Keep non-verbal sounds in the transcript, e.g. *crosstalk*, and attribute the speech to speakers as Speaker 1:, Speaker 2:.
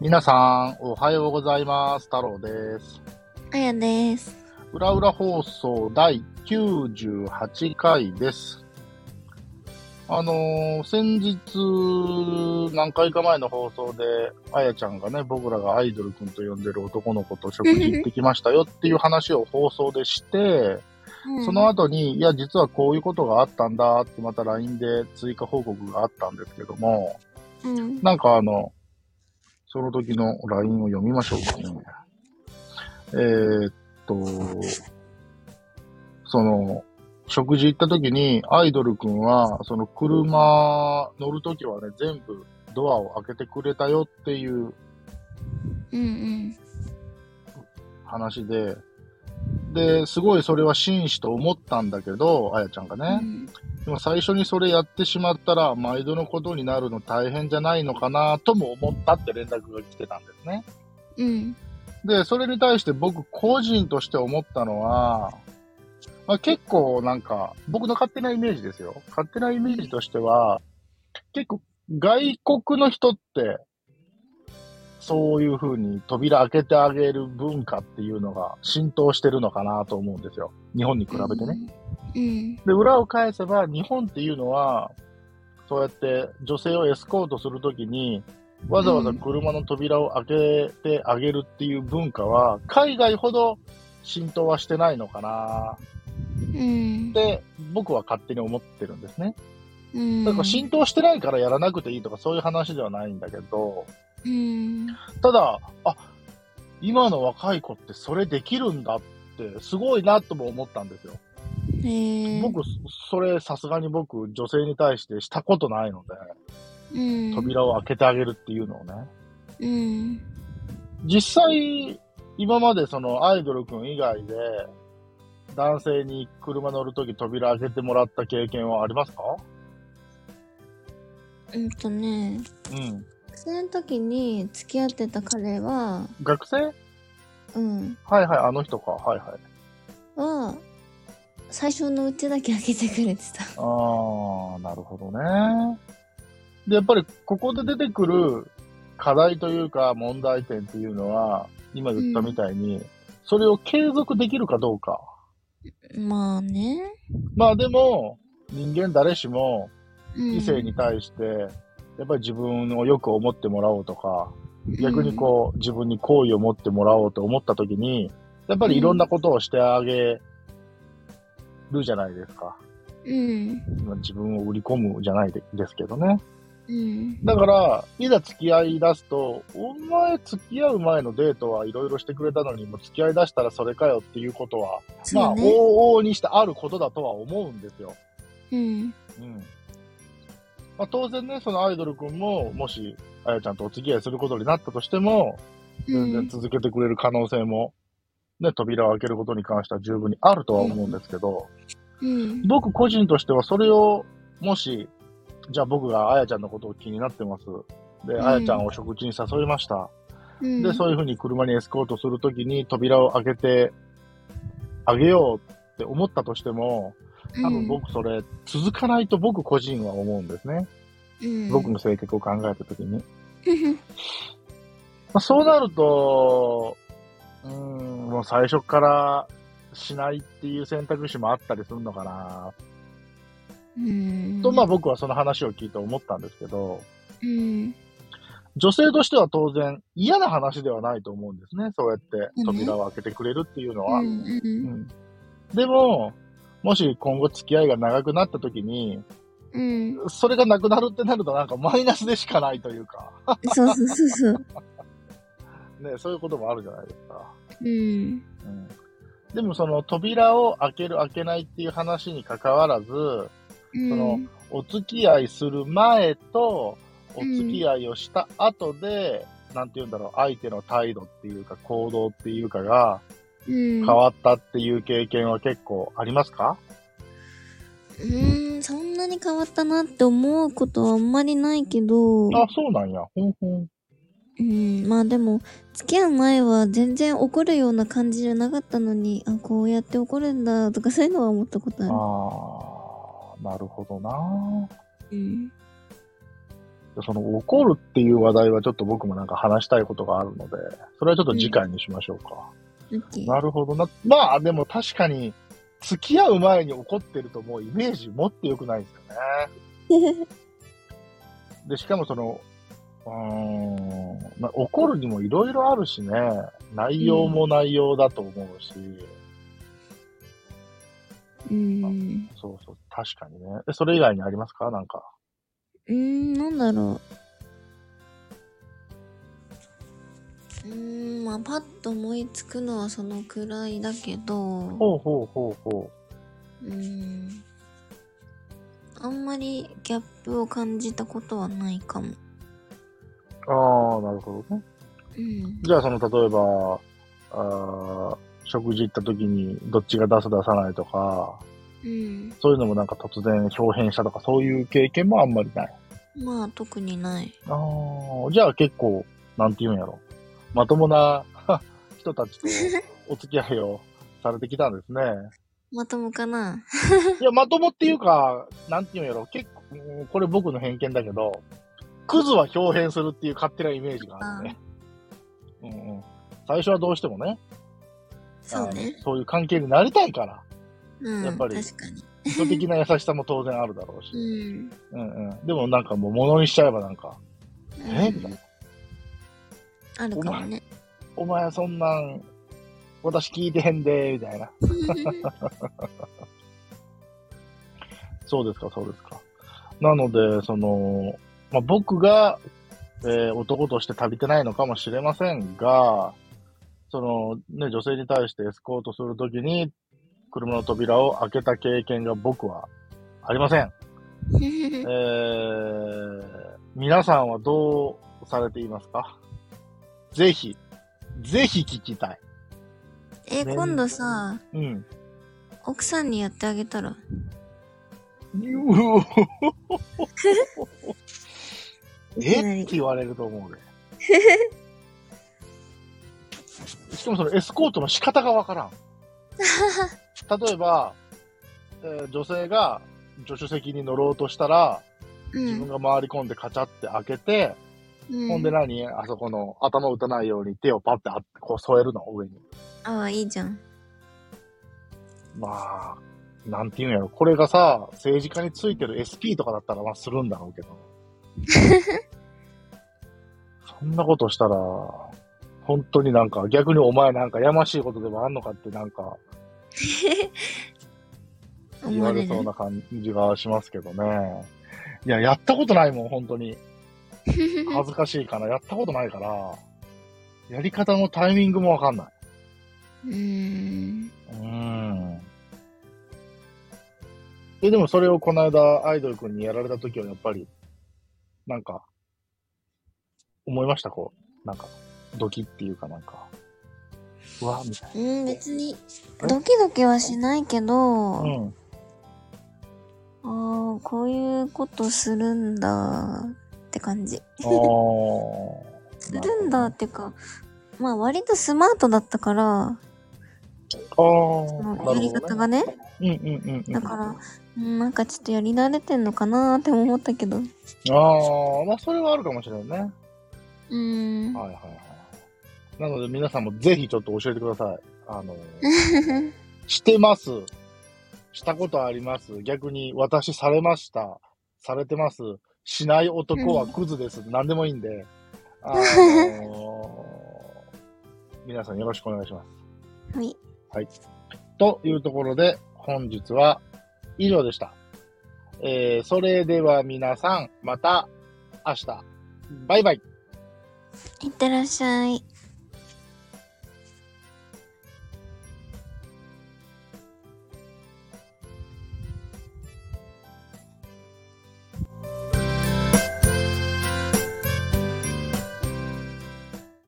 Speaker 1: 皆さん、おはようございます。太郎です。
Speaker 2: あやです。
Speaker 1: 裏裏放送第98回です。あのー先日、何回か前の放送で、あやちゃんがね、僕らがアイドルくんと呼んでる男の子と食事行ってきましたよっていう話を放送でして、その
Speaker 2: 後、
Speaker 1: 後に、いや、実はこういうことがあったんだって、また LINE で追加報告があったんですけども、
Speaker 2: うん、
Speaker 1: なんかあの、その時の LINE を読みましょうかね。えーっと、その、食事行った時に、アイドルくんは、その車乗る時はね、全部ドアを開けてくれたよっていう
Speaker 2: うん、
Speaker 1: 話で、で、すごいそれは紳士と思ったんだけど、あやちゃんが
Speaker 2: う
Speaker 1: ね。
Speaker 2: ん。
Speaker 1: でも最初にそれやってしまったら、毎度のことになるの大変じゃないのかなとも思ったって連絡が来てたんですね。
Speaker 2: うん、
Speaker 1: で、それに対して僕個人として思ったのは、まあ、結構なんか、僕の勝手なイメージですよ。勝手なイメージとしては、結構外国の人って、そういう風に扉開けてあげる文化っていうのが浸透してるのかなと思うんですよ。日本に比べてね。
Speaker 2: うん。
Speaker 1: で、裏を返せば、日本っていうのは、そうやって女性をエスコートするときに、わざわざ車の扉を開けてあげるっていう文化は、海外ほど浸透はしてないのかな
Speaker 2: うん、
Speaker 1: って、僕は勝手に思ってるんですね。
Speaker 2: うん。
Speaker 1: だから浸透してないからやらなくていいとかそういう話ではないんだけど、
Speaker 2: うん、
Speaker 1: ただ、あ、今の若い子ってそれできるんだって、すごいなとも思ったんですよ。
Speaker 2: へえ。
Speaker 1: 僕、それさすがに僕、女性に対してしたことないので、
Speaker 2: うん、
Speaker 1: 扉を開けてあげるっていうのをね。
Speaker 2: うん、
Speaker 1: 実際、今までそのアイドルくん以外で、男性に車乗るとき扉開けてもらった経験はありますか
Speaker 2: うんとね、
Speaker 1: うん。
Speaker 2: 学生の時に付き合ってた彼は、
Speaker 1: 学生はい
Speaker 2: うん、
Speaker 1: はい、あの人か。はいはい。
Speaker 2: は、最初のうちだけ開けてくれてた。
Speaker 1: あー、なるほどね。で、やっぱりここで出てくる課題というか問題点っていうのは、今言ったみたいに、それを継続できるかどうか。
Speaker 2: まあね。
Speaker 1: まあでも、人間誰しも
Speaker 2: うん
Speaker 1: 異性に対して、やっぱり自分をよく思ってもらおうとか、逆にこう、自分に好意を持ってもらおうと思った時に、やっぱりいろんなことをしてあげるじゃないですか。
Speaker 2: うん、
Speaker 1: まあ自分を売り込むじゃないでですけどね。
Speaker 2: うん、
Speaker 1: だから、いざ付き合い出すと、お前付き合う前のデートはいろいろしてくれたのに、もう付き合い出したらそれかよっていうことは、まあ、往
Speaker 2: そうね。
Speaker 1: 々にしてあることだとは思うんですよ。
Speaker 2: うん、
Speaker 1: うんまあ、当然ね、そのアイドルくんも、もし、あやちゃんとお付き合いすることになったとしても、全然続けてくれる可能性も、ね、扉を開けることに関しては十分にあるとは思うんですけど、
Speaker 2: うん、
Speaker 1: 僕個人としてはそれを、もし、じゃあ僕があやちゃんのことを気になってます。で、
Speaker 2: うん
Speaker 1: あやちゃんを食事に誘いました。
Speaker 2: うん。
Speaker 1: で、そういうふうに車にエスコートするときに扉を開けてあげようって思ったとしても、
Speaker 2: うん、
Speaker 1: 多分僕それ続かないと僕個人は思うんですね。
Speaker 2: うん、
Speaker 1: 僕の性格を考えたときに。まあ、そうなると、うーん、もう最初からしないっていう選択肢もあったりするのかな、
Speaker 2: うん。
Speaker 1: と、まあ僕はその話を聞いて思ったんですけど、
Speaker 2: うん、
Speaker 1: 女性としては当然嫌な話ではないと思うんですね。そうやって扉を開けてくれるっていうのは。
Speaker 2: うん、う
Speaker 1: う。
Speaker 2: ん
Speaker 1: んでも、もし今後付き合いが長くなった時に、
Speaker 2: うん、
Speaker 1: それがなくなるってなるとなんかマイナスでしかないというか、
Speaker 2: そうそうそうそう。
Speaker 1: ね、そういうこともあるじゃないですか。
Speaker 2: うん、
Speaker 1: うんでもその扉を開ける開けないっていう話に関わらず、
Speaker 2: うん、
Speaker 1: そのお付き合いする前と、お付き合いをした後で、なんて言うんだろう、相手の態度っていうか行動っていうかが
Speaker 2: 変
Speaker 1: 変わったっていう経験は結構ありますか、
Speaker 2: うん、そんなに変わったなって思うことはあんまりないけど、
Speaker 1: あ、そうなんや。ほんほん。
Speaker 2: うん、まあでも、付き合う前は全然怒るような感じじゃなかったのに、あ、こうやって怒るんだとか *laughs* そういうのは思ったことあ
Speaker 1: あー、なるほどな
Speaker 2: る。うん。
Speaker 1: その怒るっていう話題はちょっと僕もなんか話したいことがあるので、それはちょっと次回にしましょうか。
Speaker 2: オッケー
Speaker 1: なるほどな。まあでも確かに、付き合う前に怒ってるともうイメージ持って良くないですよね。で、しかもその、うーん、まあ、怒るにもいろいろあるしね、内容も内容だと思うし、
Speaker 2: うん。
Speaker 1: そうそう、確かにね。えそれ以外にありますかなんか。
Speaker 2: うーん、なんだろう。うーん、まあ、パッと思いつくのはそのくらいだけど、
Speaker 1: ほうほうほうほ
Speaker 2: うーん。あんまりギャップを感じたことはないかも。
Speaker 1: う。ああ、なるほどね。
Speaker 2: うん。
Speaker 1: じゃあその、例えば、あー食事行った時にどっちが出す出さないとか、
Speaker 2: うん。
Speaker 1: そういうのもなんか突然表変したとか、そういう経験もあんまりない。
Speaker 2: まあ、特にない。
Speaker 1: ああ、じゃあ結構、なんて言うんやろ。まともな人たちとお付き合いをされてきたんです
Speaker 2: *laughs*
Speaker 1: ね。
Speaker 2: まともかない
Speaker 1: や、まともっていうか、なんて言うんやろ。結構、うんこれ僕の偏見だけど、クズは表変するっていう勝手なイメージがあるね。うんうん。最初はどうしてもね、
Speaker 2: そうね
Speaker 1: あ。のそういう関係になりたい
Speaker 2: *laughs*
Speaker 1: から、
Speaker 2: うん。
Speaker 1: やっぱり
Speaker 2: 確かに。
Speaker 1: 人的な優しさも当然あるだろうし。
Speaker 2: うん。
Speaker 1: うんうん。でもなんかもう物にしちゃえばなんか、えみたいな。
Speaker 2: あるかもね。
Speaker 1: お前そんなん、私聞いてへんで、みたいな。そうですか、そうですか。なので、その、まあ、僕が、えー男として足りてないのかもしれませんが、その、ね、女性に対してエスコートするときに、車の扉を開けた経験が僕はありません。えー、皆さんはどうされていますかぜひ、ぜひ聞きたい。
Speaker 2: *laughs* え、今度さ、
Speaker 1: うん。
Speaker 2: 奥さんにやってあげ
Speaker 1: *laughs*
Speaker 2: たら。
Speaker 1: うお
Speaker 2: いきな
Speaker 1: え
Speaker 2: り
Speaker 1: って言われると思うね。しかもそのエスコートの仕方がわからん。例えば、えー女性が助手席に乗ろうとしたら、
Speaker 2: う
Speaker 1: 自分
Speaker 2: ん。
Speaker 1: が回り込んでカチャって開けて、
Speaker 2: うん
Speaker 1: ほんで何あそこの頭打たないように手をパッてあこう添えるの、上に。
Speaker 2: ああ、いいじ
Speaker 1: *laughs*
Speaker 2: ゃん。
Speaker 1: まあ、なんていうんやろ。これがさ、政治家についてる SP とかだったらまあするんだろうけど。そんなことしたら、本当になんか逆にお前なんかやましいことでもあんのかってなんか言
Speaker 2: 思
Speaker 1: わ
Speaker 2: わ
Speaker 1: れ
Speaker 2: れ
Speaker 1: そう
Speaker 2: る。
Speaker 1: な感じがしますけどね。いや、やったことないもん、本当に。恥ずかしいから、やったことないから、やり方のタイミングもわかんない。
Speaker 2: うん。
Speaker 1: うん。え、でもそれをこの間、アイドル君にやられた時は、やっぱり、なんか、思いましたこう、なんか、ドキっていうかなんか、うわ、みたい
Speaker 2: うん、別に、ドキドキはしないけ
Speaker 1: な。
Speaker 2: ど、
Speaker 1: うん。
Speaker 2: ああ、こういうことするんだって感じ。
Speaker 1: あー。
Speaker 2: *laughs* するんだっていうか、まあ割とスマートだったから、
Speaker 1: あ
Speaker 2: そ
Speaker 1: ー。なる
Speaker 2: の
Speaker 1: ほ
Speaker 2: や
Speaker 1: ど
Speaker 2: り
Speaker 1: ね
Speaker 2: 方がね。
Speaker 1: うんうんうんうん。
Speaker 2: だから、うんなんかちょっとやり慣れてんのかなーっても思ったけど。
Speaker 1: ああ、まあそれはあるかもしれないね。は
Speaker 2: うん *laughs*
Speaker 1: い。はいはい。なので皆さんもぜひちょっと教えてください。あのー、してます。したことあります。逆に、私されました。されてます。しない男はクズです。何でもいいんで。あのー皆さんよろしくお願いします。
Speaker 2: はい。
Speaker 1: というところで、本日は以上でした。えー、それでは皆さん、また明日。バイバイ。
Speaker 2: いってらっしゃい。